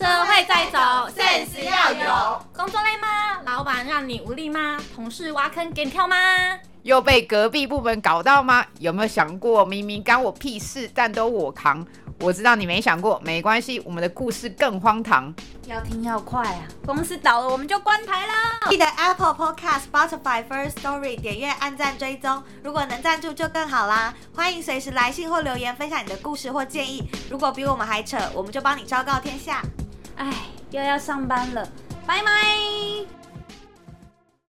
外在走，sense 要有。工作累吗？老板让你无力吗？同事挖坑给你跳吗？又被隔壁部门搞到吗？有没有想过，明明干我屁事，但都我扛？我知道你没想过，没关系，我们的故事更荒唐。要听要快啊！公司倒了，我们就关台啦。记得 Apple Podcast、Spotify、First Story 点阅、按赞、追踪。如果能赞助就更好啦！欢迎随时来信或留言分享你的故事或建议。如果比我们还扯，我们就帮你昭告天下。唉，又要上班了，拜拜。